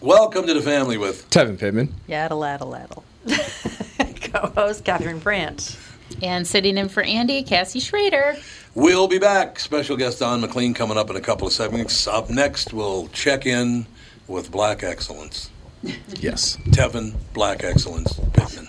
Welcome to the family with Tevin Pittman. Yaddle, addle, addle. Co-host Catherine Branch. And sitting in for Andy, Cassie Schrader. We'll Be Back. Special guest Don McLean coming up in a couple of segments. Up next, we'll check in with Black Excellence. Yes. Tevin Black Excellence Pittman.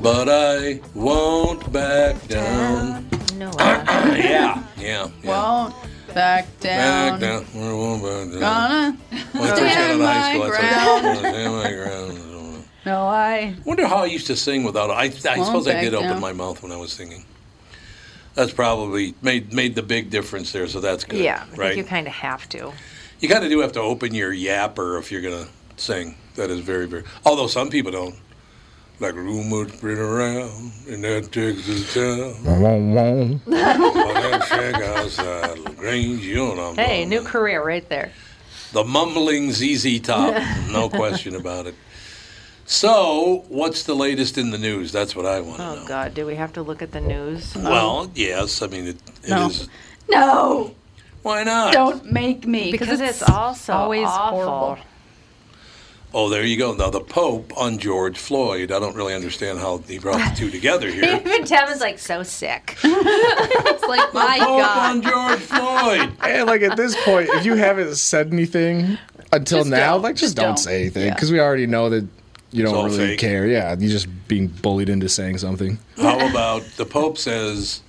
But I won't back down. No, uh, yeah, yeah, yeah. Won't back back down. down. I won't back down. Gonna Once we got out of high school, my that's what- Stand my ground. no, I Wonder how I used to sing without. I, I suppose I back did open down. my mouth when I was singing. That's probably made made the big difference there. So that's good. yeah. I right. think you kind of have to. You kind of do have to open your yapper if you're going to sing. That is very, very. Although some people don't. Like rumors spread around in that Texas town. about that shack outside uh, LaGrange, you know what I'm Hey, talking new about. career right there. The mumbling ZZ Top. No question about it. So, what's the latest in the news? That's what I want to Oh know. God, do we have to look at the news? Well, yes. I mean, it, it is. Uh, um, No. no, Why not? Don't make me. because it's, also always awful. horrible. Oh, there you go. Now, the Pope on George Floyd. I don't really understand how he brought the two together here. Even Tevin's like so sick. it's like, my Pope God. Oh, on George Floyd. And like at this point, if you haven't said anything until Just now, don't. like just, Just don't, don't. say anything Yeah. because we already know that you all don't really fake. care. Yeah, you're just being bullied into saying something. How about the Pope says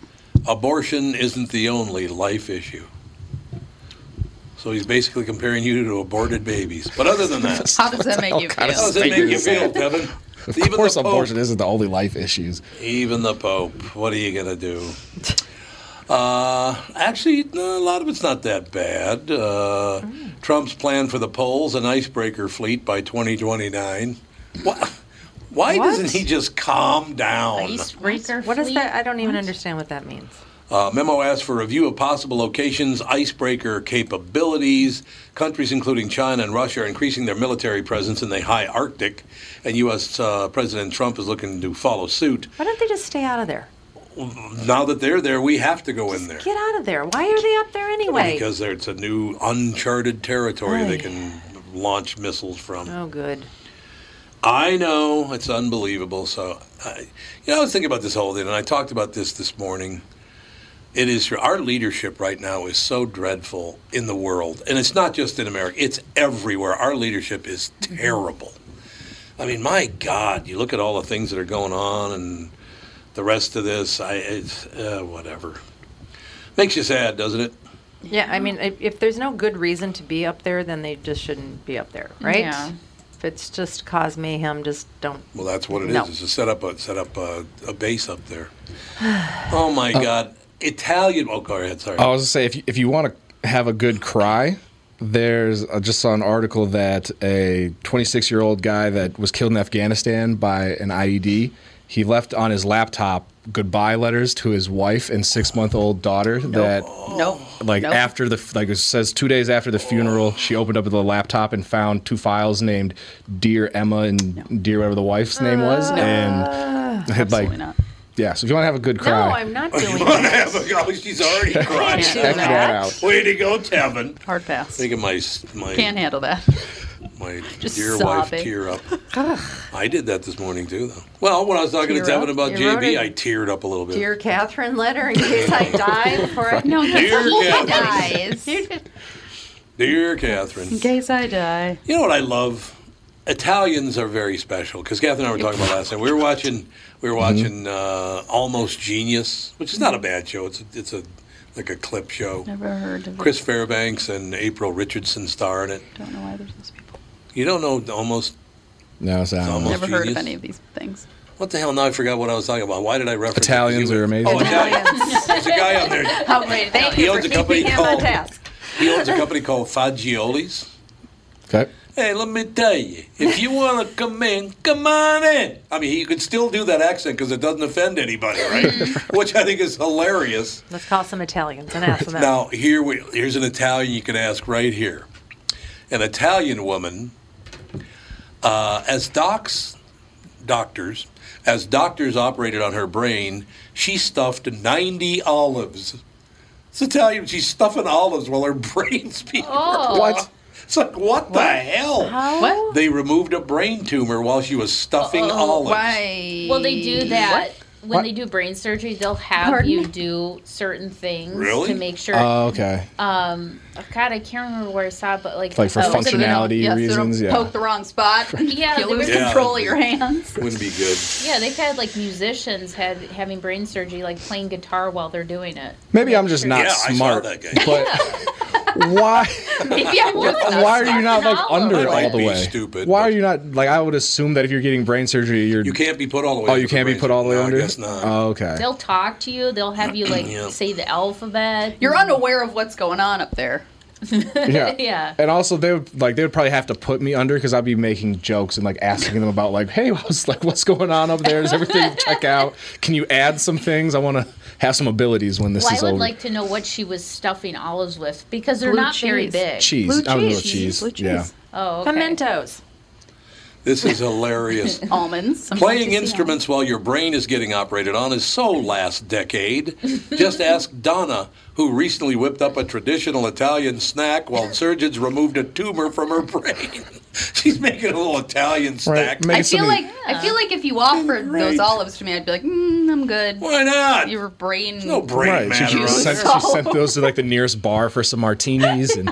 abortion isn't the only life issue? So he's basically comparing you to aborted babies. But other than that, How does that make you kind feel? of how does it make you feel, Kevin? Of Even course, the Pope, abortion isn't the only life issues. even the Pope. What are you gonna do? Uh, actually, no, a lot of it's not that bad. Uh, Trump's plan for the polls: an icebreaker fleet by 2029. Why, why What? doesn't he just calm down? Icebreaker What is fleet. that? I don't even understand what that means. Uh, memo asks for review of possible locations, icebreaker capabilities. Countries including China and Russia are increasing their military presence in the high Arctic, and U.S. Uh, President Trump is looking to follow suit. Why don't they just stay out of there? Now that they're there, we have to go in there Get out of there. Why are they up there anyway? because there- it's a new uncharted territory they can launch missiles from. oh, good. I know it's unbelievable. So, I, you know, I was thinking about this whole thing, and I talked about this this morning. It is our leadership right now is so dreadful in the world, and it's not just in America; it's everywhere. Our leadership is terrible. I mean, my God, you look at all the things that are going on, and the rest of this. I it's uh, whatever. Makes you sad, doesn't it? Yeah, I mean, if, if there's no good reason to be up there, then they just shouldn't be up there, right? Yeah. If it's just cause mayhem, just don't. Well, that's what it is. No. It's to set up a set up a, a base up there. Oh my God, Italian. Oh, go ahead. Sorry. I was gonna say if you, if you want to have a good cry, there's I just saw an article that a 26 year old guy that was killed in Afghanistan by an IED, he left on his laptop goodbye letters to his wife and six month old daughter that Nope. like Nope. after the like it says two days after the funeral she opened up the laptop and found two files named dear emma and dear whatever the wife's name was and Absolutely like not. yeah so if you want to have a good No, cry I'm not doing Wanna that. have a- oh, she's already crying. Can't do check that out Way to go, Tevin. Hard pass. Think of my my Can't handle that. my Just dear wife sobbing. tear up. I did that this morning too, though. Well, when I was talking to Tear Tevin up? about You wrote JB, it. I teared up a little bit. Dear Catherine letter in case I die before I. No, in case Dear I Catherine. dies. Dear Catherine. In case I die. You know what I love? Italians are very special because Catherine and I were talking about last night. We were watching, we were watching uh, Almost Genius, which is not a bad show. It's a, it's a like a clip show. Never heard of Chris Fairbanks and April Richardson star in it. it. Don't know why there's those people. You don't know almost no it's not Almost Never heard of genius. any of these things. what the hell? Now I forgot what I was talking about. Why did I reference Italians it? are amazing. Oh, Italians. There's a guy on there. Oh, wait. Thank He you for owns a company keeping him on called- task. He owns a company called Fagioli's. okay Hey, let me tell you, if you want to come in, come on in. I mean, he could still do that accent because it doesn't offend anybody, right? Which I think is hilarious. Let's call some Italians and ask them. that. Now, here we here's an Italian you can ask right here. An Italian woman, uh, as docs, doctors, as doctors operated on her brain, she stuffed 90 olives. It's Italian. She's stuffing olives while her brain's being. Oh. What? It's like what, the hell? What? They removed a brain tumor while she was stuffing olives. Why? Well, they do that when What? they do brain surgery. They'll have Pardon? you do certain things Really? to make sure. oh okay oh, God, I can't remember where I saw, it, but like, Like for oh, function- Functionality yes, reasons, it'll yeah. Poke the wrong spot. Yeah, you they lose were- Yeah. control of your hands. Wouldn't be good. Yeah, they've had like musicians had having brain surgery, like playing guitar while they're doing it. maybe i'm just not Yeah, I saw smart that guy. but why Maybe I was. why are you not like under it I might all the be way stupid, why are but- you not like i would assume that if you're getting brain surgery you're You can't be put all the way. oh under you can't be brain put all the way surgery. under No, I guess not. oh okay They'll talk to you. They'll have you like Yeah. say the alphabet. You're unaware of what's going on up there. yeah Yeah. and also they would like they would probably have to put me under because i'd be making jokes and like asking them about like hey i was like what's going on up there is everything check out can you add some things i want to have some abilities when this Well, I is would over like to know what she was stuffing olives with because they're Blue not very cheese. big. cheese Blue i would know cheese. cheese Blue yeah cheese. Oh, okay. Pimentos. This is hilarious. Almonds. Sometimes you Playing see instruments while your brain is getting operated on is so last decade. Just ask Donna, who recently whipped up a traditional Italian snack while surgeons removed a tumor from her brain. She's making a little Italian snack. make e- I feel something- like I feel like if you offered those Right. olives to me, I'd be like, mm, I'm good. Why not? Your brain. no brain Right. She, matter. she, on it. sent, she sent those to like the nearest bar for some martinis and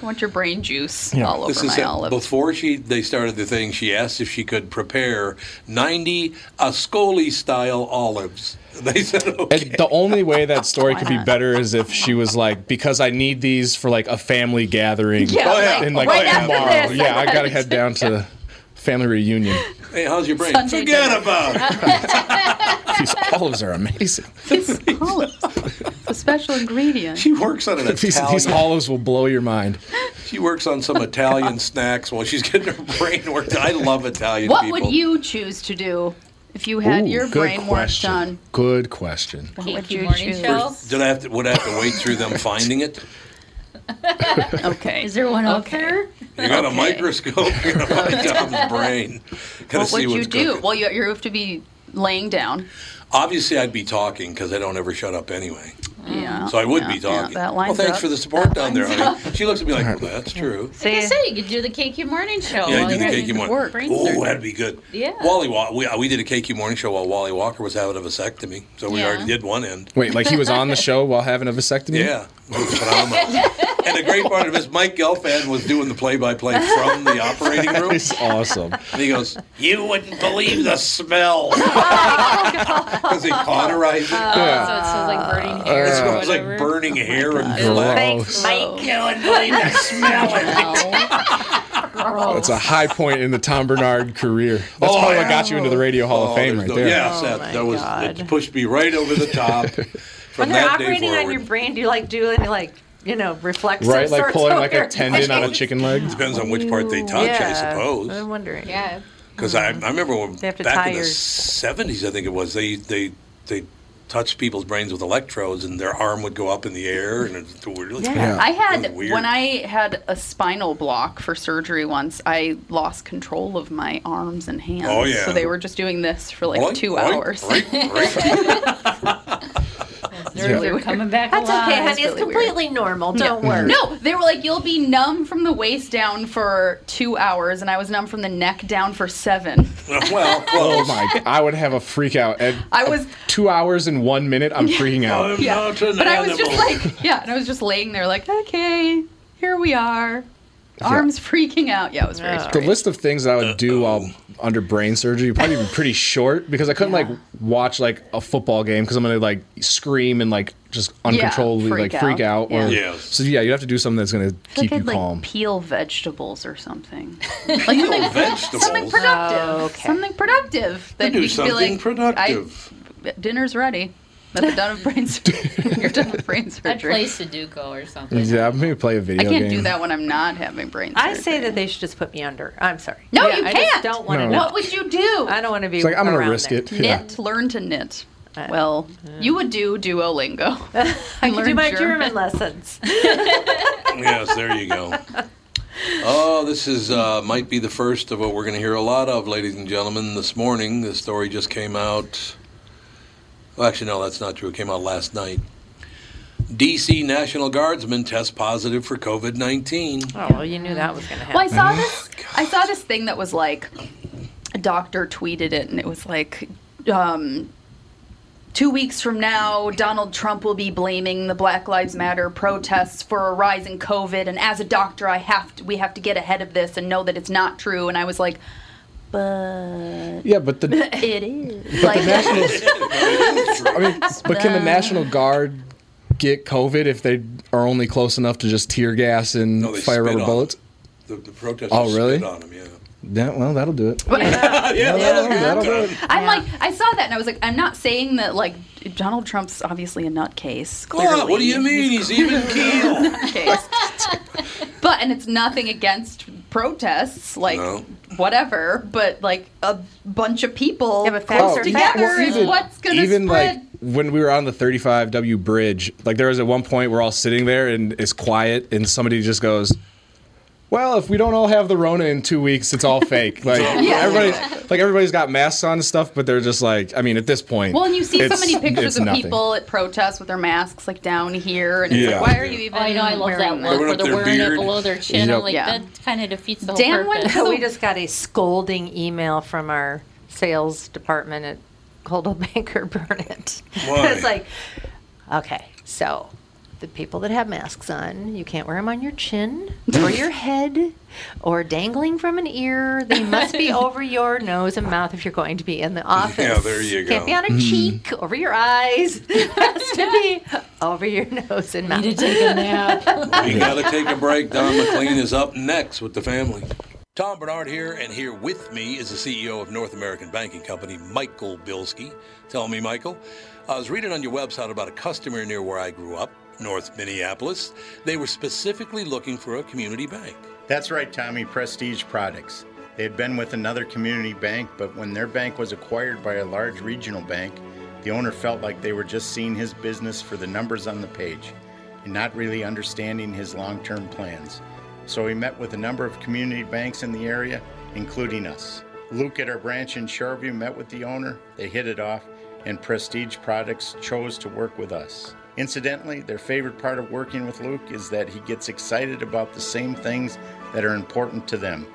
I want your brain juice Yeah. all over This is my it. olives. Before she they started the thing, she asked if she could prepare 90 Ascoli style olives. They said, okay. And the only way that story could be not? better is if she was like, because I need these for like a family gathering. Yeah, Oh, yeah. And like Right after tomorrow. this, yeah, I gotta head down to family reunion. hey, how's your brain? Sunday Forget dinner. about it. These olives are amazing. These olives. It's a special ingredient. She works on an These, these Italian. olives will blow your mind. She works on some Italian snacks while she's getting her brain worked. I love Italian What people. would you choose to do if you had Ooh, your good brain worked question. on? Good question. What Thank would you, you morning choose? show. Did I have to? Would I have to wait through them finding it? Okay. Is there one up Okay. there? You got a Okay. microscope. You're gonna find Tom's brain. Gotta what see would what's you do? cooking. Well, you, you have to be laying down. Obviously, I'd be talking because I don't ever shut up anyway. Mm. Yeah. So I would yeah, be yeah, talking. that well, lines thanks up. for the support down there, honey. She looks at me like, well, that's true. Like I See? said, you could do the KQ morning show. "Oh, Yeah, while you do the you're KQ having morning. work. Brain Oh, surgery. that'd be good. Yeah. Wally Walker. We, uh, we did a KQ morning show while Wally Walker was having a vasectomy, so we Yeah. already did one end. Wait, like he was on the show while having a vasectomy? Yeah. It was phenomenal. and the great part of this, Mike Gelfand was doing the play-by-play from the operating room, It's awesome. and he goes, "You wouldn't believe the smell," because he Oh, cauterized Oh, it. So yeah. it smells like burning hair. it or smells like whatever. burning hair and Gross. black. Thanks, Mike. You wouldn't believe the smell. No. Wow. That's a high point in the Tom Bernard career. That's Oh, probably yeah. what got you into the Radio Hall Oh, of Fame there's right no- there. Yeah, Oh, Seth, my that was God. it pushed me right over the top. When From they're that day operating on your forward, brain, do you like do any like you know reflexive Right? Like sorts pulling on like your a tendon on a legs? chicken leg. depends on which part they touch, I Yeah, I'm suppose. wondering. Yeah. Because I, I remember when, They have to back tie in the your- '70s, I think it was they they they touched people's brains with electrodes, and their arm would go up in the air, and it's really Yeah. I Really had weird. when I had a spinal block for surgery once. I lost control of my arms and hands. Oh, yeah. So they were just doing this for like Oink, two oink, hours. oink, oink. Nerves are coming back That's alive. okay, honey. It's It's, really weird. completely normal. Don't worry. No, they were like, you'll be numb from the waist down for two hours, and I was numb from the neck down for seven. well, Oh close. my! I would have a freak out. At I was- two hours and one minute. I'm freaking out. I'm not an but I was just animal. like, yeah, and I was just laying there like, okay, here we are. Arms freaking out. Yeah, it was very Yeah. strange. The list of things that I would do while under brain surgery would probably be pretty short because I couldn't like watch like a football game because I'm gonna like scream and like just uncontrollably freak like freak out. out. Or, Yeah. Yes. So yeah, you have to do something that's gonna keep you like calm. peel vegetables or something. Peel Something vegetables. productive. Oh, okay. Something productive. That do you could be something like, productive. I, dinner's ready. That I'm done with brain surgery. You're done with brain i surgery. play Sudoku or something. Yeah, maybe play a video I game. can't do that when I'm not having brain surgery. I say that they should just put me under. I'm sorry. No, Yeah, you I can't. Just don't want to No. know. What would you do? I don't want to be. It's like I'm gonna around risk it. it. Yeah. knit. Learn to knit. Uh, well, you would do Duolingo. I can do my German lessons. yes, there you go. Oh, this is uh, might be the first of what we're going to hear a lot of, ladies and gentlemen. This morning, the story just came out. Well, actually, no, that's not true. It came out last night. DC National Guardsmen test positive for COVID nineteen. Oh, well, you knew that was going to Well, I happen. Oh, saw this. I saw this thing that was like, a doctor tweeted it, and it was like, um, two weeks from now, Donald Trump will be blaming the Black Lives Matter protests for a rise in COVID, and as a doctor, I have to, we have to get ahead of this and know that it's not true. And I was like, but Yeah, but the it is. Like, I mean, but can the National Guard get COVID if they are only close enough to just tear gas and No, they fire spit rubber on bullets? The, the protesters Oh, really? spit on him. Yeah. Yeah, well, that'll do it. yeah, that'll do it. I'm like, I saw that and I was like, I'm not saying that like Donald Trump's obviously a nutcase. Clearly, what do you mean? He's even keeled. nutcase. but and it's nothing against protests, like No. whatever. But like a bunch of people Yeah, but facts close are together facts. is what's gonna even spread. like when we were on the 35W bridge, like there was at one point we're all sitting there and it's quiet, and somebody just goes, "Well, if we don't all have the Rona in two weeks, it's all fake." Like Yeah. everybody, like everybody's got masks on and stuff, but they're just like, I mean, at this point, well, and you see so it's- many it's pictures of nothing. people at protests with their masks like down here, and it's Yeah. like, why are you Yeah. even? Oh, I know. I love that wearing look where up they're their wearing beard. it below their chin. Yep. I'm like, Yeah. that kind of defeats the whole Dan went- purpose. So- we just got a scolding email from our sales department at Coldwell Banker Burnett. Why? it's like, okay, so the people that have masks on, you can't wear them on your chin or your head or dangling from an ear. They must be over your nose and mouth if you're going to be in the office. Yeah, there you Can't go. Hmm. be on a cheek, over your eyes. has to be over your nose and mouth. need to take a nap. We got to take a break. Don McLean is up next with the family. Tom Bernard here, and here with me is the CEO of North American Banking Company, Michael Bilski. Tell me, Michael, I was reading on your website about a customer near where I grew up, North Minneapolis. They were specifically looking for a community bank. That's right, Tommy, Prestige Products. They had been with another community bank, but when their bank was acquired by a large regional bank, the owner felt like they were just seeing his business for the numbers on the page and not really understanding his long term plans. So he met with a number of community banks in the area, including us. Luke at our branch in Shoreview met with the owner, they hit it off, and Prestige Products chose to work with us. Incidentally, their favorite part of working with Luke is that he gets excited about the same things that are important to them.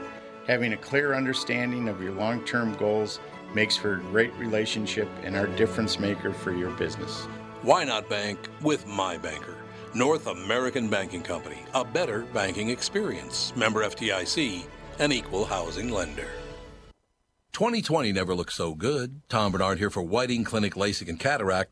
Having a clear understanding of your long term goals makes for a great relationship and are a difference maker for your business. Why not bank with my banker? North American Banking Company, a better banking experience. Member FDIC, an equal housing lender. 2020 never looked so good. Tom Bernard here for Whiting Clinic LASIK and Cataract.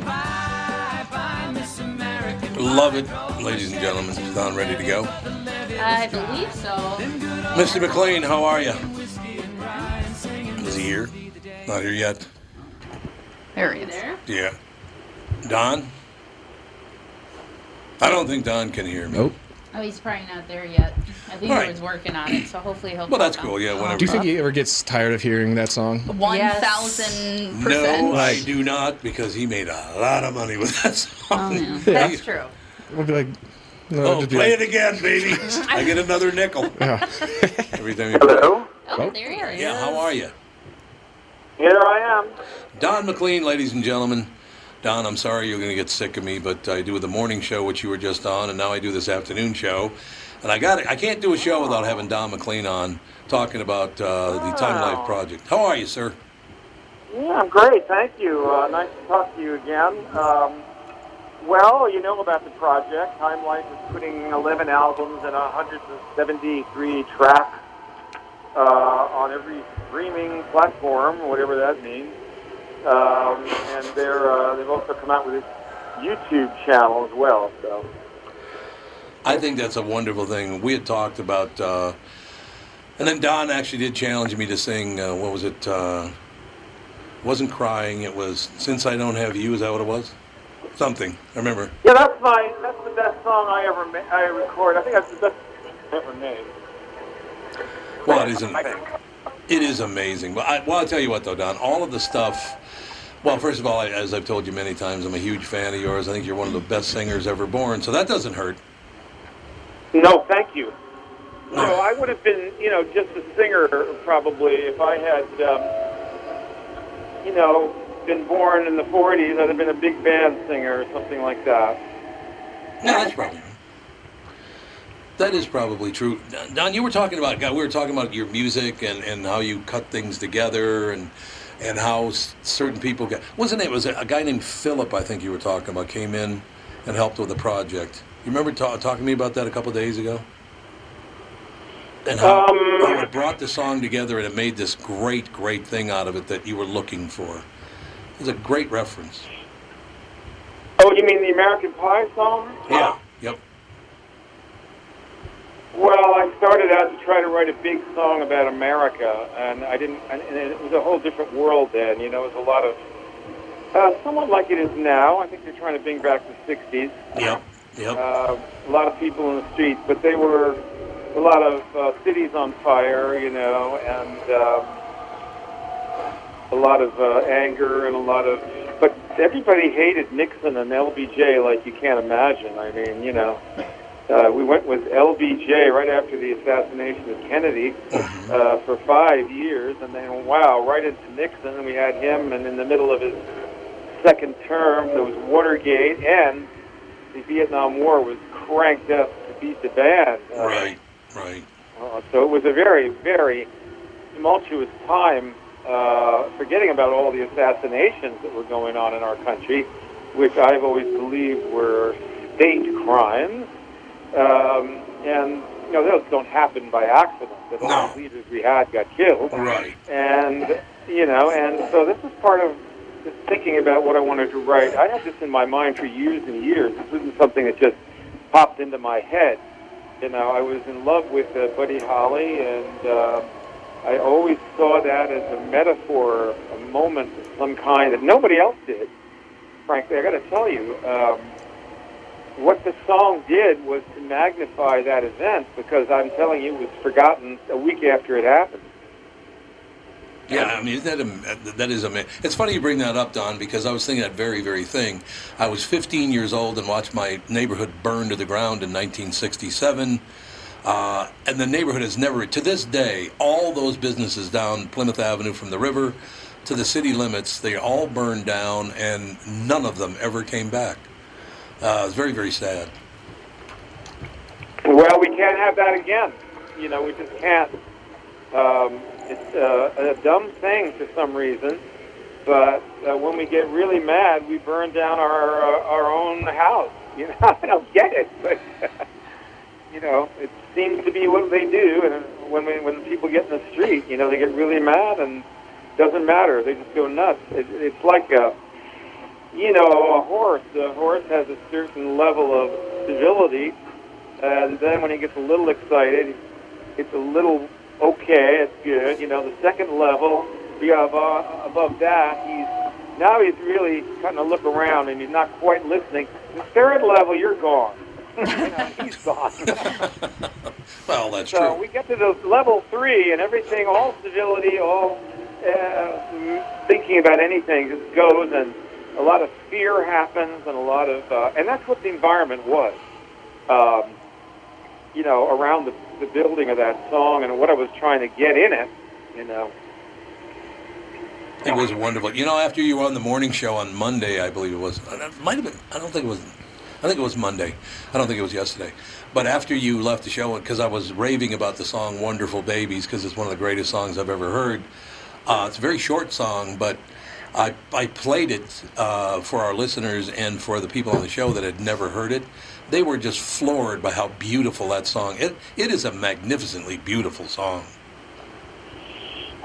bye bye Miss American. Love it, ladies and gentlemen. Don, ready to go? I believe so. Mr. McLean, how are you? Is he here? Not here yet. There he You is. there? Yeah. Don? I don't think Don can hear me. Nope. Oh, he's probably not there yet. I think Right. he was working on it, so hopefully he'll. Well, that's come. cool. Oh, Yeah, whenever. Do you think he ever gets tired of hearing that song? One Yes. thousand percent. No, I do not, because he made a lot of money with that song. Oh, yeah. That's true. We'll be like, no, it'll Oh, just be play like, it again, baby. I get another nickel. Yeah. Every time you Hello? Oh, there he is. Yeah, how are you? Here I am. Don McLean, ladies and gentlemen. Don, I'm sorry you're going to get sick of me, but I do the morning show, which you were just on, and now I do this afternoon show. And I got I can't do a show without having Don McLean on talking about uh, the Time Oh. Life Project. How are you, sir? Yeah, I'm great. Thank you. Uh, nice to talk to you again. Um, well, you know about the project. Time Life is putting 11 albums and 173 tracks uh, on every streaming platform, whatever that means. Um, and they're, uh, they've also come out with a YouTube channel as well. So I think that's a wonderful thing. We had talked about, uh, and then Don actually did challenge me to sing. Uh, what was it? Uh, wasn't crying. It was since I don't have you. Is that what it was? Something. I remember. yeah, that's my that's the best song I ever ma- I record. I think that's the best I ever made. Well, it isn't. I think. It is amazing. Well, I, well, I'll tell you what, though, Don, all of the stuff. Well, first of all, I, as I've told you many times, I'm a huge fan of yours. I think you're one of the best singers ever born, so that doesn't hurt. No, thank you. No, I would have been, you know, just a singer probably if I had, um, you know, been born in the 40s. I'd have been a big band singer or something like that. No, that's probably right. That is probably true. Don- Don, you were talking about, God, we were talking about your music and, and how you cut things together and and how s- certain people get. Wasn't it? Was it a guy named Philip, I think you were talking about, came in and helped with the project. You remember ta- talking to me about that a couple days ago? And how, how it brought the song together and it made this great, great thing out of it that you were looking for. It was a great reference. Oh, you mean the American Pie song? Yeah. Yep. Well, I started out to try to write a big song about America, and I didn't. And and it was a whole different world then. You know, it was a lot of uh, somewhat like it is now. I think they're trying to bring back the '60s. Yep. Yep. uh, a lot of people in the streets, but they were a lot of uh, cities on fire, you know, and um, a lot of uh, anger and a lot of. But everybody hated Nixon and LBJ like you can't imagine. I mean, you know, uh, we went with LBJ right after the assassination of Kennedy uh, for five years, and then wow, right into Nixon, and we had him, and in the middle of his second term, there was Watergate, and the Vietnam War was cranked up to beat the band. Uh, right. Right. uh, so it was a very, very tumultuous time, uh, forgetting about all the assassinations that were going on in our country, which I've always believed were state crimes. Um, and, you know, those don't happen by accident, that all the No. leaders we had got killed Right. and you know, and so this is part of just thinking about what I wanted to write. I had this in my mind for years and years. This isn't something that just popped into my head. You know, I was in love with uh, Buddy Holly, and uh, I always saw that as a metaphor, a moment of some kind that nobody else did. Frankly, I got to tell you. Um, what the song did was to magnify that event because I'm telling you, it was forgotten a week after it happened. Yeah, I mean, isn't that am- that is amazing. It's funny you bring that up, Don, because I was thinking that very, very thing. I was 15 years old and watched my neighborhood burn to the ground in 1967. Uh, and the neighborhood has never, to this day, all those businesses down Plymouth Avenue from the river to the city limits, they all burned down and none of them ever came back. Uh, it's very, very sad. Well, we can't have that again. You know, we just can't. Um, it's uh, a dumb thing for some reason, but uh, when we get really mad, we burn down our uh, our own house. You know, I don't get it, but you know, it seems to be what they do. And when we, when people get in the street, you know, they get really mad, and it doesn't matter. They just go nuts. It, it's like a you know a horse. A horse has a certain level of civility. And then when he gets a little excited, it's a little okay, it's good. You know, the second level, yeah, above, above that, he's now he's really kind of look around and he's not quite listening. The third level, you're gone. you know, he's gone. Well, that's so true. we get to the level three, and everything, all civility, all uh, m- thinking about anything, just goes, and a lot of fear happens, and a lot of, uh, and that's what the environment was. Um, you know, around the, the building of that song and what I was trying to get in it, you know. It was wonderful. You know, after you were on the morning show on Monday, I believe it was. uh, It might have been. I don't think it was. I think it was Monday. I don't think it was yesterday. But after you left the show, because I was raving about the song "Wonderful Babies" because it's one of the greatest songs I've ever heard. Uh, it's a very short song, but I I played it uh, for our listeners and for the people on the show that had never heard it. They were just floored by how beautiful that song. It it is a magnificently beautiful song.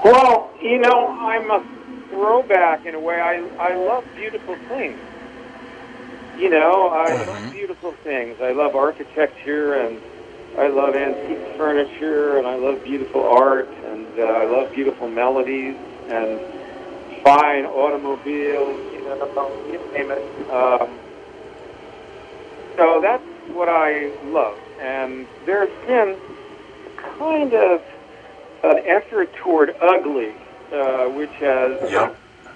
Well, you know, I'm a throwback in a way. I, I love beautiful things. You know, I love beautiful things. I love architecture and I love antique furniture and I love beautiful art and uh, I love beautiful melodies and fine automobiles, you know, you name it. Um, so that's what I love. And there's been kind of an effort toward ugly, uh, which has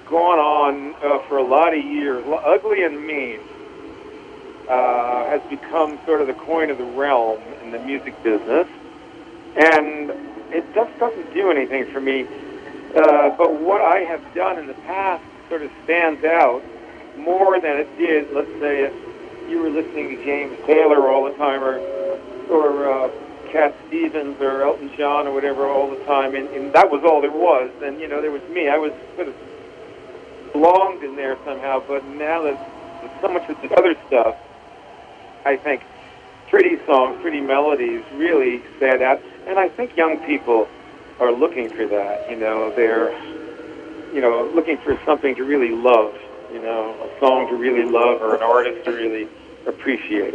gone on uh, for a lot of years. L- Ugly and mean uh, has become sort of the coin of the realm in the music business, and it just doesn't do anything for me. Uh, but what I have done in the past sort of stands out more than it did, let's say, if you were listening to James Taylor all the time or, or uh, Cat Stevens or Elton John or whatever all the time, and, and that was all there was. And you know, there was me. I was sort of belonged in there somehow. But now that there's so much of the other stuff, I think pretty songs, pretty melodies really stand out. And I think young people are looking for that. You know, they're you know looking for something to really love. You know, a song to really love or an artist to really appreciate.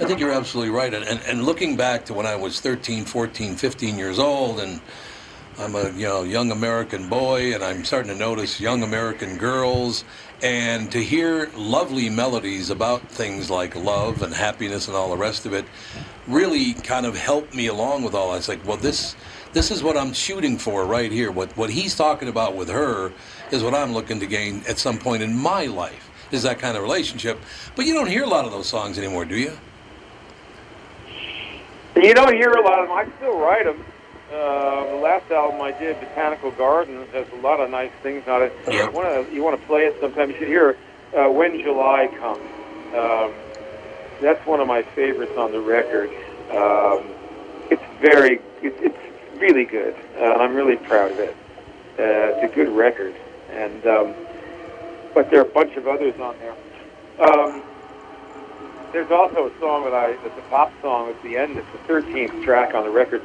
I think you're absolutely right. And, and, and looking back to when I was 13, 14, 15 years old, and I'm a you know young American boy, and I'm starting to notice young American girls, and to hear lovely melodies about things like love and happiness and all the rest of it, really kind of helped me along with all. I was like, well, this this is what I'm shooting for right here. What what he's talking about with her is what I'm looking to gain at some point in my life. Is that kind of relationship? But you don't hear a lot of those songs anymore, do you? You don't hear a lot of them. I still write them. Uh, the last album I did, Botanical Gardens, has a lot of nice things on it. I wanna, you want to play it sometime. You should hear uh, When July Comes. Um, that's one of my favorites on the record. Um, it's very, it, it's really good. Uh, and I'm really proud of it. Uh, it's a good record. And um, but there are a bunch of others on there. Um, there's also a song that I, that's a pop song at the end. It's the 13th track on the record.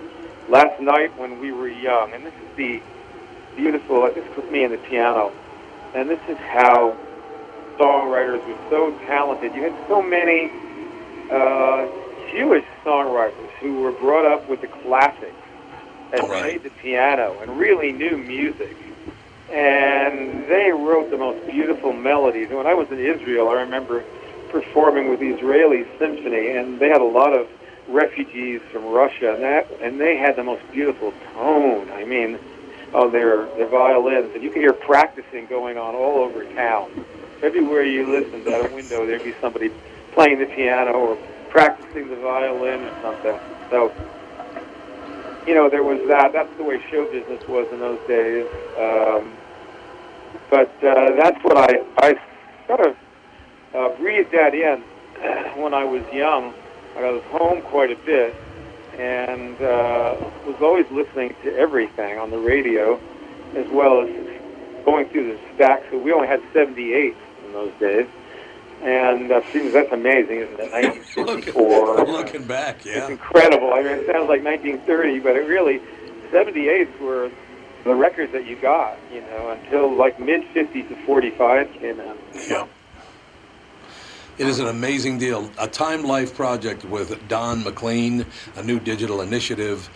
Last night when we were young, and this is the beautiful. This was me and the piano, and this is how songwriters were so talented. You had so many uh, Jewish songwriters who were brought up with the classics and played the piano and really knew music and they wrote the most beautiful melodies. And when I was in Israel, I remember performing with the Israeli symphony, and they had a lot of refugees from Russia, and that, and they had the most beautiful tone. I mean, on their, their violins, and you could hear practicing going on all over town. Everywhere you listened out a window, there'd be somebody playing the piano or practicing the violin or something. So, you know, there was that. That's the way show business was in those days. Um, but uh, that's what I, I sort of uh, breathed that in when I was young. I was home quite a bit and uh, was always listening to everything on the radio as well as going through the stacks. We only had 78 in those days. And uh, geez, that's amazing, isn't it? 1954. Looking back, yeah. It's incredible. I mean, it sounds like 1930, but it really, 78s were the records that you got, you know, until like mid 50s to 45 came out. Yeah. It is an amazing deal. A Time Life project with Don McLean, a new digital initiative.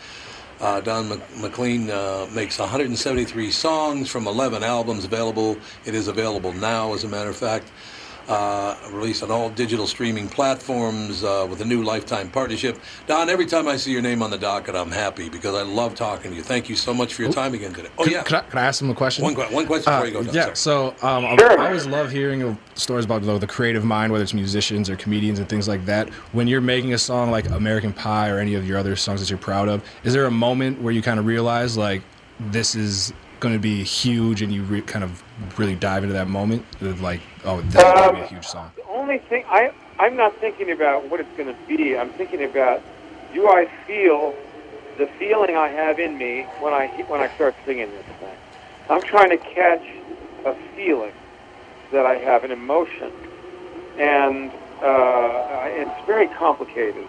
Uh, Don Mc- McLean uh, makes 173 songs from 11 albums available. It is available now, as a matter of fact. Uh, released on all digital streaming platforms uh, with a new lifetime partnership. Don, every time I see your name on the docket, I'm happy because I love talking to you. Thank you so much for your time again today. Oh, Could- yeah. could, I, could I ask him a question? One que- one question before you go, Doc, Uh, Yeah. So um, I- I always love hearing of stories about though, the creative mind, whether it's musicians or comedians and things like that. When you're making a song like American Pie or any of your other songs that you're proud of, is there a moment where you kind of realize like this is going to be huge and you re- kind of really dive into that moment? Of, Like, oh, this is going to be a huge song. The only thing I I'm not thinking about what it's going to be. I'm thinking about do I feel the feeling I have in me when I when I start singing this thing. I'm trying to catch a feeling that I have, an emotion, and uh, I- it's very complicated.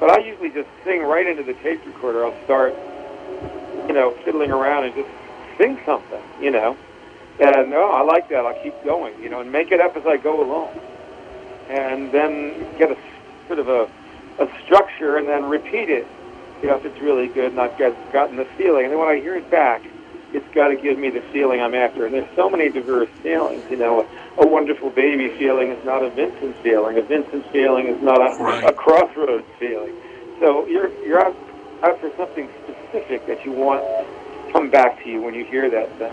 But I usually just sing right into the tape recorder. I'll start, you know, fiddling around and just sing something, you know. And oh, I like that. I'll keep going, you know, and make it up as I go along and then get a sort of a, a structure and then repeat it, you know, if it's really good and I've got, gotten the feeling. And then when I hear it back, it's got to give me the feeling I'm after. And there's so many diverse feelings, you know. A, a wonderful baby feeling is not a Vincent feeling. A Vincent feeling is not a, a crossroads feeling. So you're, you're out, out for something specific that you want to come back to you when you hear that thing.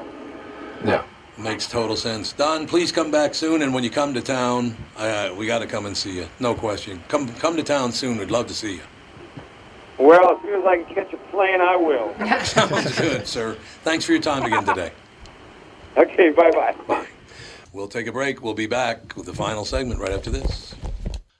Yeah. Makes total sense. Don, please come back soon, and when you come to town, uh, we got to come and see you. No question. Come come to town soon. We'd love to see you. Well, as soon as I can catch a plane, I will. Sounds good, sir. Thanks for your time again today. Okay, bye-bye. Bye. We'll take a break. We'll be back with the final segment right after this.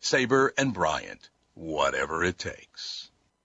Sabre and Bryant, whatever it takes.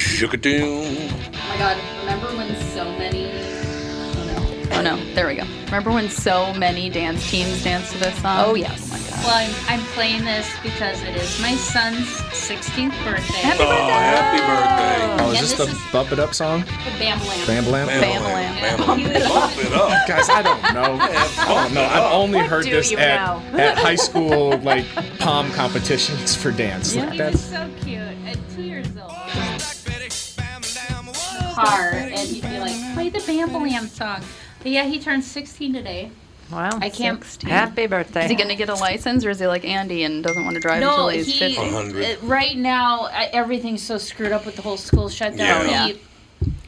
Shookadoom. Oh my god, remember when so many. Oh no. Oh no, there we go. Remember when so many dance teams danced to this song? Oh, yes. Oh my god. Well, I'm, I'm playing this because it is my son's 16th birthday. Happy Oh, birthday! happy birthday. Oh, is and this this the is Bump It Up song? the Bam Lamp. Bam Lamp? Bam Lamp. Bump it up. Guys, I don't know. I don't know. I've only heard do this you at, know? at high school like palm competitions for dance. Like, He was that's so cute at two years old. Car and he'd be like, play the Bam Lam song. But yeah, he turned 16 today. Wow. I can't- Happy birthday. Is he gonna get a license, or is he like Andy and doesn't want to drive no, until he's he, 50? uh, right now I, everything's so screwed up with the whole school shutdown. Yeah. He,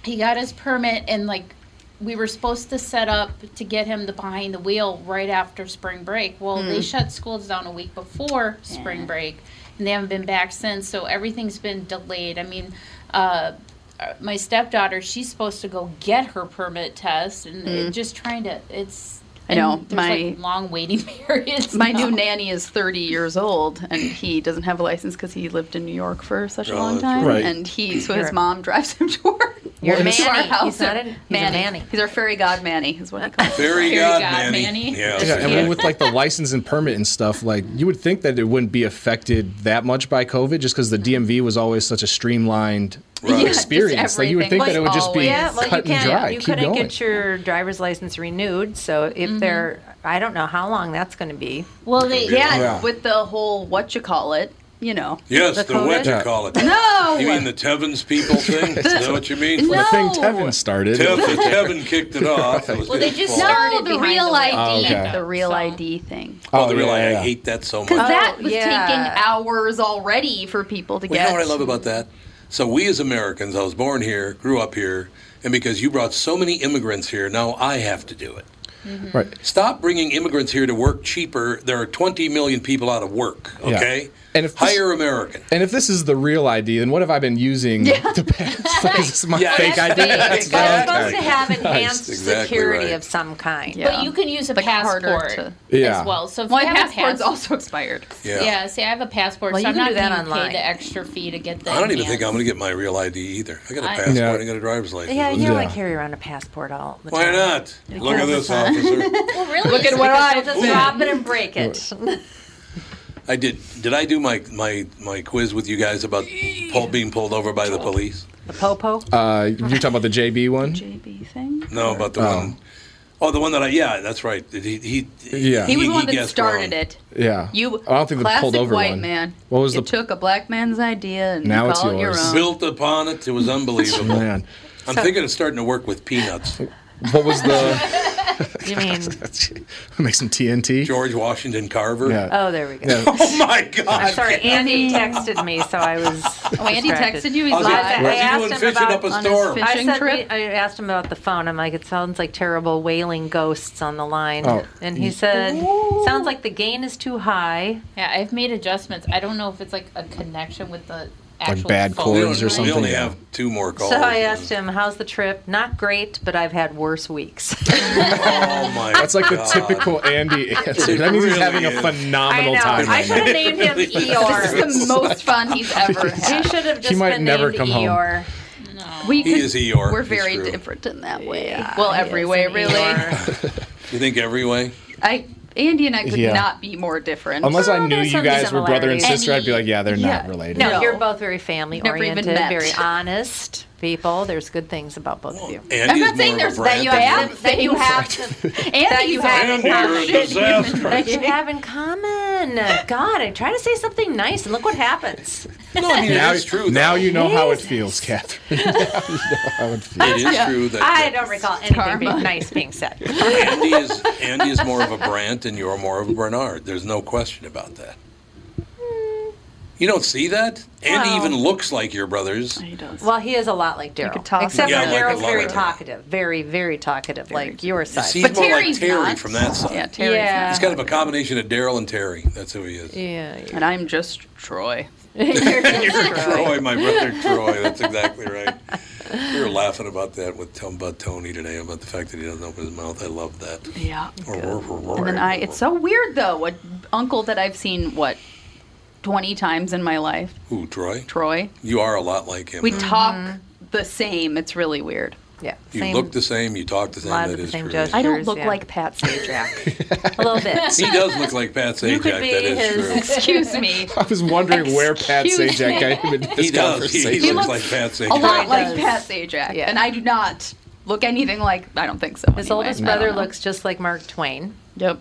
he got his permit and like we were supposed to set up to get him the behind the wheel right after spring break. Well, Hmm. they shut schools down a week before spring break and they haven't been back since, so everything's been delayed. I mean, uh, uh, my stepdaughter, she's supposed to go get her permit test, and it Mm. just trying to. It's I know, and there's, my- like, long waiting periods. My now. new nanny is 30 years old, and he doesn't have a license because he lived in New York for such a Oh, long that's time. right. And he, so You're his a- mom drives him to work. You're a to our manny. house. He's not a- he's a manny. He's our fairy god manny, is what he calls Fairy him. god god manny. manny. Yeah. Yeah, I mean, with like the license and permit and stuff, like you would think that it wouldn't be affected that much by COVID, just because the DMV was always such a streamlined Right. Yeah, experience. just Like you would think everything that it would just be was yeah, well, you cut and can't. dry. You Keep couldn't going. get your driver's license renewed, so if they're, I don't know how long that's going to be. Mm-hmm. Well, they Yeah, Yeah. with the whole what you call it, you know. Yes, the, what you COVID. call it. No! You mean the Tevins people thing? Is that what you mean? The thing No! Tevin started. Tev, Tevin kicked it off. It was Well, his they just fault. No, started the behind real the wheel. ID, Oh, okay. the real ID thing. Oh, the Oh, real yeah, I- I yeah. hate that so much. Because that was Oh, yeah. taking hours already for people to Well, get. you know what I love about that? So we as Americans, I was born here, grew up here, and because you brought so many immigrants here, now I have to do it. Right. Stop bringing immigrants here to work cheaper. There are 20 million people out of work. Yeah. Okay, And if hire American. And if this is the real ID, then what have I been using the past? Like, is this my Yeah. fake ID? That's But bad. it's supposed to have enhanced exactly security right. of some kind. But you can use a Like, harder passport to- Yeah. as well. So if My you have passport's a passport, also expired. yeah. See, I have a passport, Well, so you I'm can not do that being online. paid the extra fee to get the. I don't even enhanced. think I'm going to get my real ID either. I got a I- passport Yeah. and I got a driver's license. yeah, What's you don't the- want to carry around a passport all the Why time. not? Look at this officer. Well, really, Look it's at what because I've they'll done. just drop it and break it. I did. Did I do my my my quiz with you guys about pull, being pulled over by the police? The popo. Uh, you're talking about the JB one? JB thing. No, about the one oh the one that I. Yeah, that's right. He he Yeah. He was the one that guessed wrong. started it. Yeah. You. I don't think the classic pulled over white one. man. What was you the- took a black man's idea and Now you it's call it your yours. own. Built upon it. It was unbelievable. Man. I'm thinking of starting to work with peanuts. What was the you mean? make some TNT? George Washington Carver. Yeah. Oh, there we go. Yeah. Oh my God! I'm sorry, Andy texted me, so I was. Oh, Andy distracted. texted you? He's I was I, like, I "What are you asked doing him fishing about up a on his storm?" fish- I Fishing said trip? we- I asked him about the phone. I'm like, it sounds like terrible wailing ghosts on the line, Oh. and he said, sounds like the gain is too high. Yeah, I've made adjustments. I don't know if it's like a connection with the actual Like bad phone We, only- chords or line. we something. only have two more calls. So I asked him, how's the trip? Not great, but I've had worse weeks. Oh my! That's like the God. typical Andy answer. It That means he's having really a is. I know. phenomenal time. I right should have now. named him This Eeyore. is E the most fun he's ever He had. should have just might been never named come home. Eeyore. We He could- is Eeyore. We're It's very true. different in that way. Yeah, well, he every is way, an really. Eeyore. You think every way? I Andy and I could Yeah. not be more different. Unless I Well, knew Oh, there's you some guys were brother and similarities. sister, I'd be like, yeah, they're Yeah. not related. No, No. you're both very family Never even oriented, met. very honest people. There's good things about both of you. Andy's not saying more there's of a brat that you than have- me. That you have Andy, that you have in Andy, you're a common. disaster. That you have in common. God, I try to say something nice, and look what happens. No, I mean, Now, it is true. now though. you know how it feels, Catherine. now you know how it feels. It is true that I that don't recall anything Karma. being nice being said. Andy is Andy is more of a Brandt and you're more of a Bernard. There's no question about that. You don't see that. Andy Hmm. Well- even looks like your brothers. He does. Well, he is a lot like Daryl, could talk. except Yeah, for like a Daryl's lot very like Daryl. talkative, very very talkative, like your You side. see, But he's more like Terry's Terry not. from that side. yeah, Terry's Yeah. He's kind of a combination of Daryl and Terry. That's who he is. yeah, yeah. and I'm just Troy. Troy, my brother Troy. That's exactly right. We were laughing about that with Tom about Tony today about the fact that he doesn't open his mouth. I love that. Yeah. And then I, it's so weird though. An uncle that I've seen what twenty times in my life, Who Troy? Troy. You are a lot like him. We huh? talk the same. It's really weird. yeah. Mm-hmm. You same, look the same. You talk the same. lot That of the is same true. gestures. I don't Yours, look yeah. like Pat Sajak. a little bit. He does look like Pat Sajak. You could be that is true. his. Excuse me. I was wondering where Pat Excuse Sajak got him into this He does. He, conversation. he He looks like looks Pat Sajak. A lot Troy like does. Pat Sajak, Yeah. and I do not look anything like. I don't think so. His anyway. oldest I don't brother know. looks just like Mark Twain, Yep.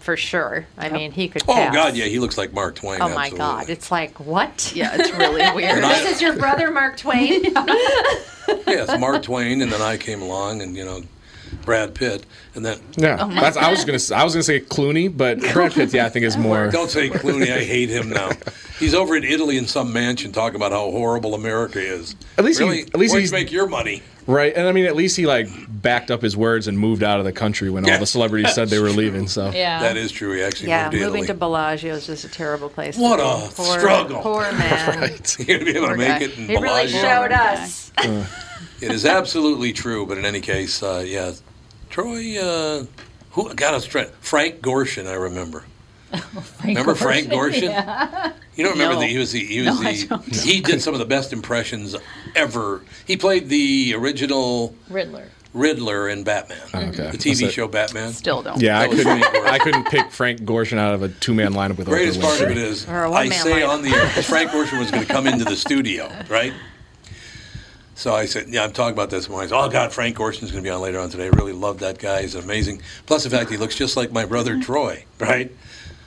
for sure. I mean, he could. Oh pass. God, yeah, he looks like Mark Twain. Oh my absolutely. God! It's like what? Yeah, it's really weird. I- This is your brother, Mark Twain. yes, Mark Twain, and then I came along, and you know, Brad Pitt, and that. Yeah, Oh that's, I was gonna s- I was gonna say Clooney, but Brad Pitt. Yeah, I think is more. Don't say Clooney. I hate him now. He's over in Italy in some mansion talking about how horrible America is. At least he- really, at least where'd he's- you make your money. Right, and I mean, at least he like backed up his words and moved out of the country when all the celebrities said they were leaving. So Yeah. That is true. He actually yeah, moved to moving Italy. to Bellagio is just a terrible place. What to go. a struggle. Poor man. You're gonna be able to Poor make guy. it in He really Bellagio. showed us. Uh, it is absolutely true, but in any case, uh, yeah, Troy. Uh, who got us? Tra- Frank Gorshin, I remember. remember Frank Gorshin? Yeah. You don't remember No. that he was the he was No, I the he did some of the best impressions ever. He played the original Riddler. Riddler in Batman, Oh, Okay. the That's TV it. show Batman. Still don't. yeah, That I was couldn't Frank Gorshin. I couldn't pick Frank Gorshin out of a two man lineup with The greatest Oprah part of Winfrey. it is Or a I one-man say lineup. on the air 'cause Frank Gorshin was going to come into the studio, right? So I said, "Yeah, I'm talking about this morning." I said, oh God, Frank Gorshin's going to be on later on today. I really love that guy. He's amazing. Plus the fact he looks just like my Mm-hmm. brother Troy, right?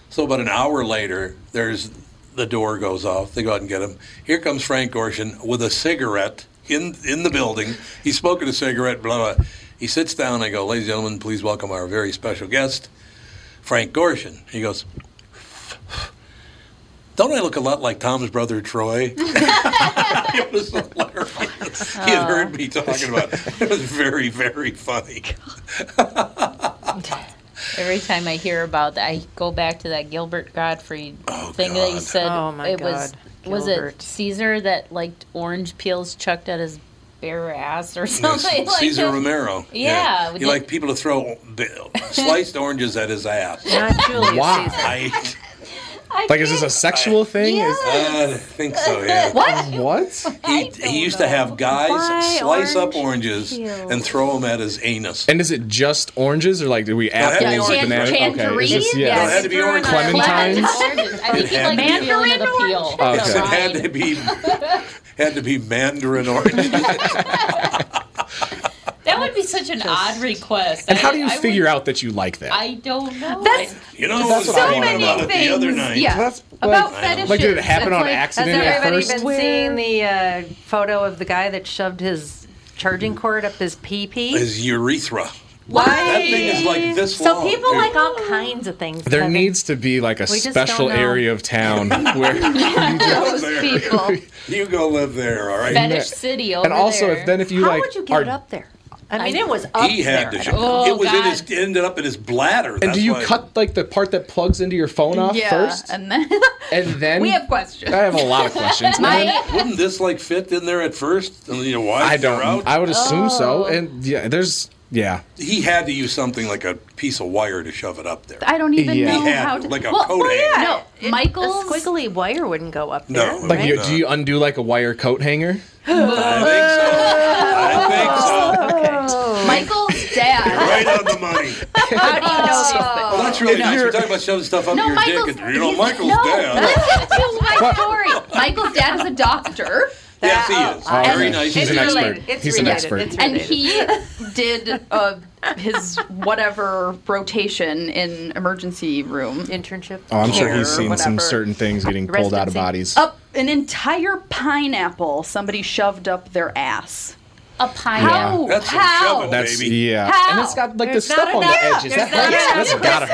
So about an hour later, there's the door goes off. They go out and get him. Here comes Frank Gorshin with a cigarette in in the building. He's smoking a cigarette. Blah blah. He sits down. I go, ladies and gentlemen, please welcome our very special guest, Frank Gorshin. He goes, don't I look a lot like Tom's brother Troy? it was hilarious. He Oh. had heard me talking about it. It was very, very funny. Every time I hear about that, I go back to that Gilbert Godfrey thing that he God. said. Oh, my it was God. was it Gilbert. Caesar that liked orange peels chucked at his bare ass or something Yes, like Cesar that? Romero. Yeah, He did- liked people to throw bi- sliced oranges at his ass. Not Julius Wow. Caesar. I, Like, is this a sexual thing? Is- I think so, yeah. What? He, he used to have guys Why slice up orange oranges peel? and throw them at his anus. And is it just oranges or like do we had to be apples, oranges. bananas? Okay. Is this, yeah. No, it had to be oranges. Clementines? I think he It had liked to the be- feeling of the peel. Yes, it had to be had to be mandarin oranges. That would be such an odd request. And how I- do you I figure out that you like that? would- I don't know. You know, That's I was so thinking many about it the other things, night. yeah. That's- About I don't know. Like, did it happen on accident Has at everybody first? been seeing the uh, photo of the guy that shoved his charging cord up his pee pee? His urethra. Why? That thing is like this So long. people Dude. like all kinds of things. There Kevin. needs to be like a We just don't special know. area of town where you Those just people. You go live there, all right? Fetish City over and also, there. if then if you How like, would you are- get it up there? I mean, it was up He had to. there. I Sh- don't Oh, know. it was in his. It ended up in his bladder. and That's do you why- cut like the part that plugs into your phone off yeah, first, and then and then we have questions. I have a lot of questions. My- Wouldn't this like fit in there at first? And then you wipe I don't. her out? I would assume so. Oh. And yeah, there's yeah. He had to use something like a piece of wire to shove it up there. I don't even Yeah. know He had how to like a coat hanger. No, Michael's squiggly wire wouldn't go up there. No, Like, right? you, do you undo like a wire coat hanger? Michael's dad. right on the money. How do you know these things? Well, that's really nice. You're talking about shoving stuff up No, your Michael's- dick. And, you know, he's- Michael's no. dad. Listen to my story. Michael's dad is a doctor. uh, yes, he is. Oh, Very okay. nice. He's an expert. He's an expert. and he did uh, his whatever rotation in emergency room internship. Oh, I'm sure he's or seen some whatever. certain things getting pulled out of bodies. Up an entire pineapple somebody shoved up their ass. A pineapple. How? That's How? That's yeah, How? and it's got like There's the stuff not on the enough. edges. There's That not hurts. enough That's gotta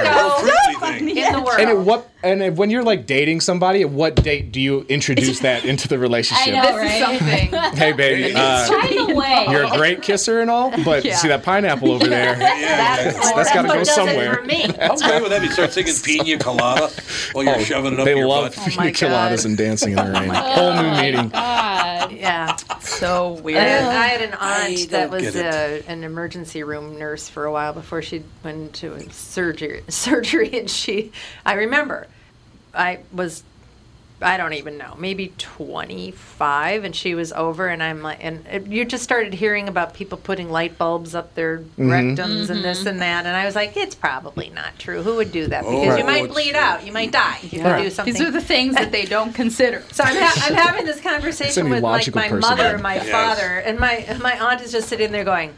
Crisco. hurt. And at what? And at- when you're like dating somebody, at what date do you introduce that into the I relationship? know, right? Hey, baby, uh, By the way, you're a great kisser and all, but Yeah. see that pineapple over there? that's that's got to go somewhere. How great would that be? Start singing Pina Colada while you're shoving it up Oh, They your love butt. pina coladas and dancing in the rain. Whole new meeting. God. Yeah. Oh So weird. I had, I had an I aunt don't that was get a, an emergency room nurse for a while before she went to a surgery. Surgery, and she, I remember, I was, I don't even know, maybe twenty five, and she was over, and I'm like, and it, you just started hearing about people putting light bulbs up their Mhm. Mm-hmm. rectums and this and that, and I was like, it's probably not true. Who would do that? Because Oh, you might it's bleed out, you might die if Yeah. you do These something. are the things that they don't consider. So I'm, ha- I'm having this It's an conversation with like illogical my person, mother yeah. and my Yes. father, and my my aunt is just sitting there going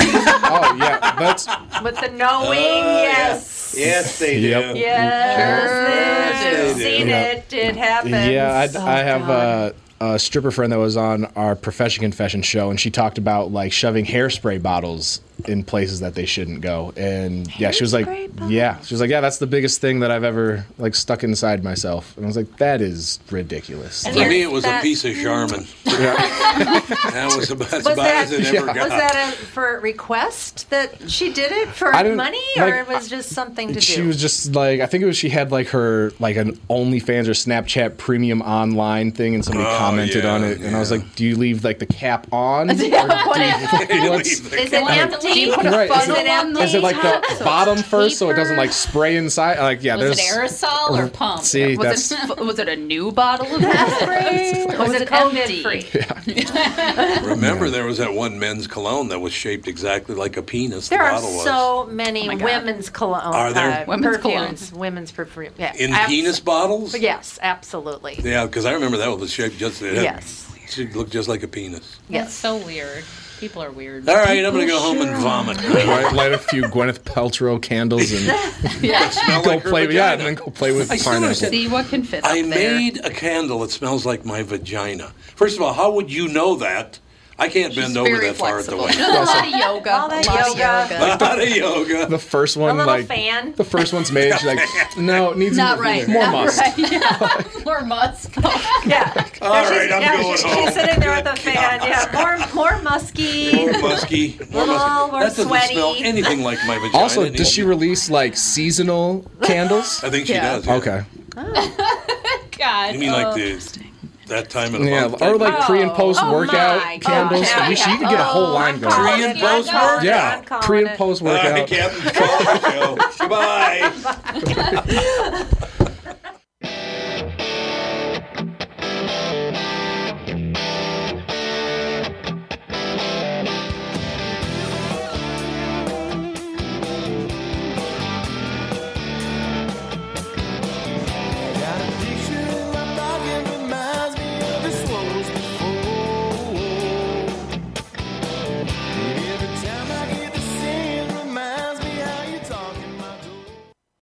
Oh yeah, that's with the no wing, Uh, Oh, yes. Yes, they Yep. do. Yes, Sure it is. they do. seen Yeah. it. It happens. Yeah, I, I have. Uh, a stripper friend that was on our Profession Confession show, and she talked about like shoving hairspray bottles in places that they shouldn't go. And yeah, she was like, yeah, she was like, yeah, that's the biggest thing that I've ever like stuck inside myself. And I was like, that is ridiculous. For me, it was a piece of Charmin. that was about, as about as it ever got. was that a, for a request that she did it for I didn't- money, like, or it was just something to she do? was just like I think it was she had like her like an OnlyFans or Snapchat premium online thing and somebody Oh, commented yeah, on it and I was like, Do you leave like the cap on? Is it- What's- is it empty? Do you put a Right. Is funnel it, on the is it like top? the bottom first so it doesn't like spray inside? Like yeah, Was it there's aerosol or pump? See, Was that's it, was it a new bottle of hairspray? Was it empty? Remember, there was that one men's cologne that was shaped exactly like a penis. There the are bottle was. Oh so many my God. women's cologne. Are there? uh, Women's perfumes? Women's perfume. Yeah. In abs- penis bottles? Yes, absolutely. Yeah, because I remember that was shaped just. It had- Yes. She looked just like a penis. That's so weird. People are weird. All right, I'm gonna go home and vomit. light, light a few Gwyneth Paltrow candles and Smell go like her play with yeah, and vagina. then go play with I still don't pineapple. see- See what can fit I up there. made a candle that smells like my vagina. First of all, how would you know that? I can't bend over very that far at the She does a waist. lot of yoga. A lot of A yoga. lot of yoga. The first one, like fan. the first one's made. She's like, no, it needs Not right. more Not must. right. Yeah. More musk. yeah. All right, I'm yeah, going she's, home. she's sitting there with a fan. Yeah, more, more musky. More musky. More Little, musky. more that doesn't sweaty. smell anything like my vagina. Also, does she release like seasonal candles? I think she Yeah. does, yeah. Okay. God. You mean like oh. the that time of the Yeah, month? or like pre and Oh, post oh workout my Oh, candles. God. You should- you could get a whole line going. Pre and post workout. Yeah, pre and post All right, workout. Captain, call the show. Goodbye.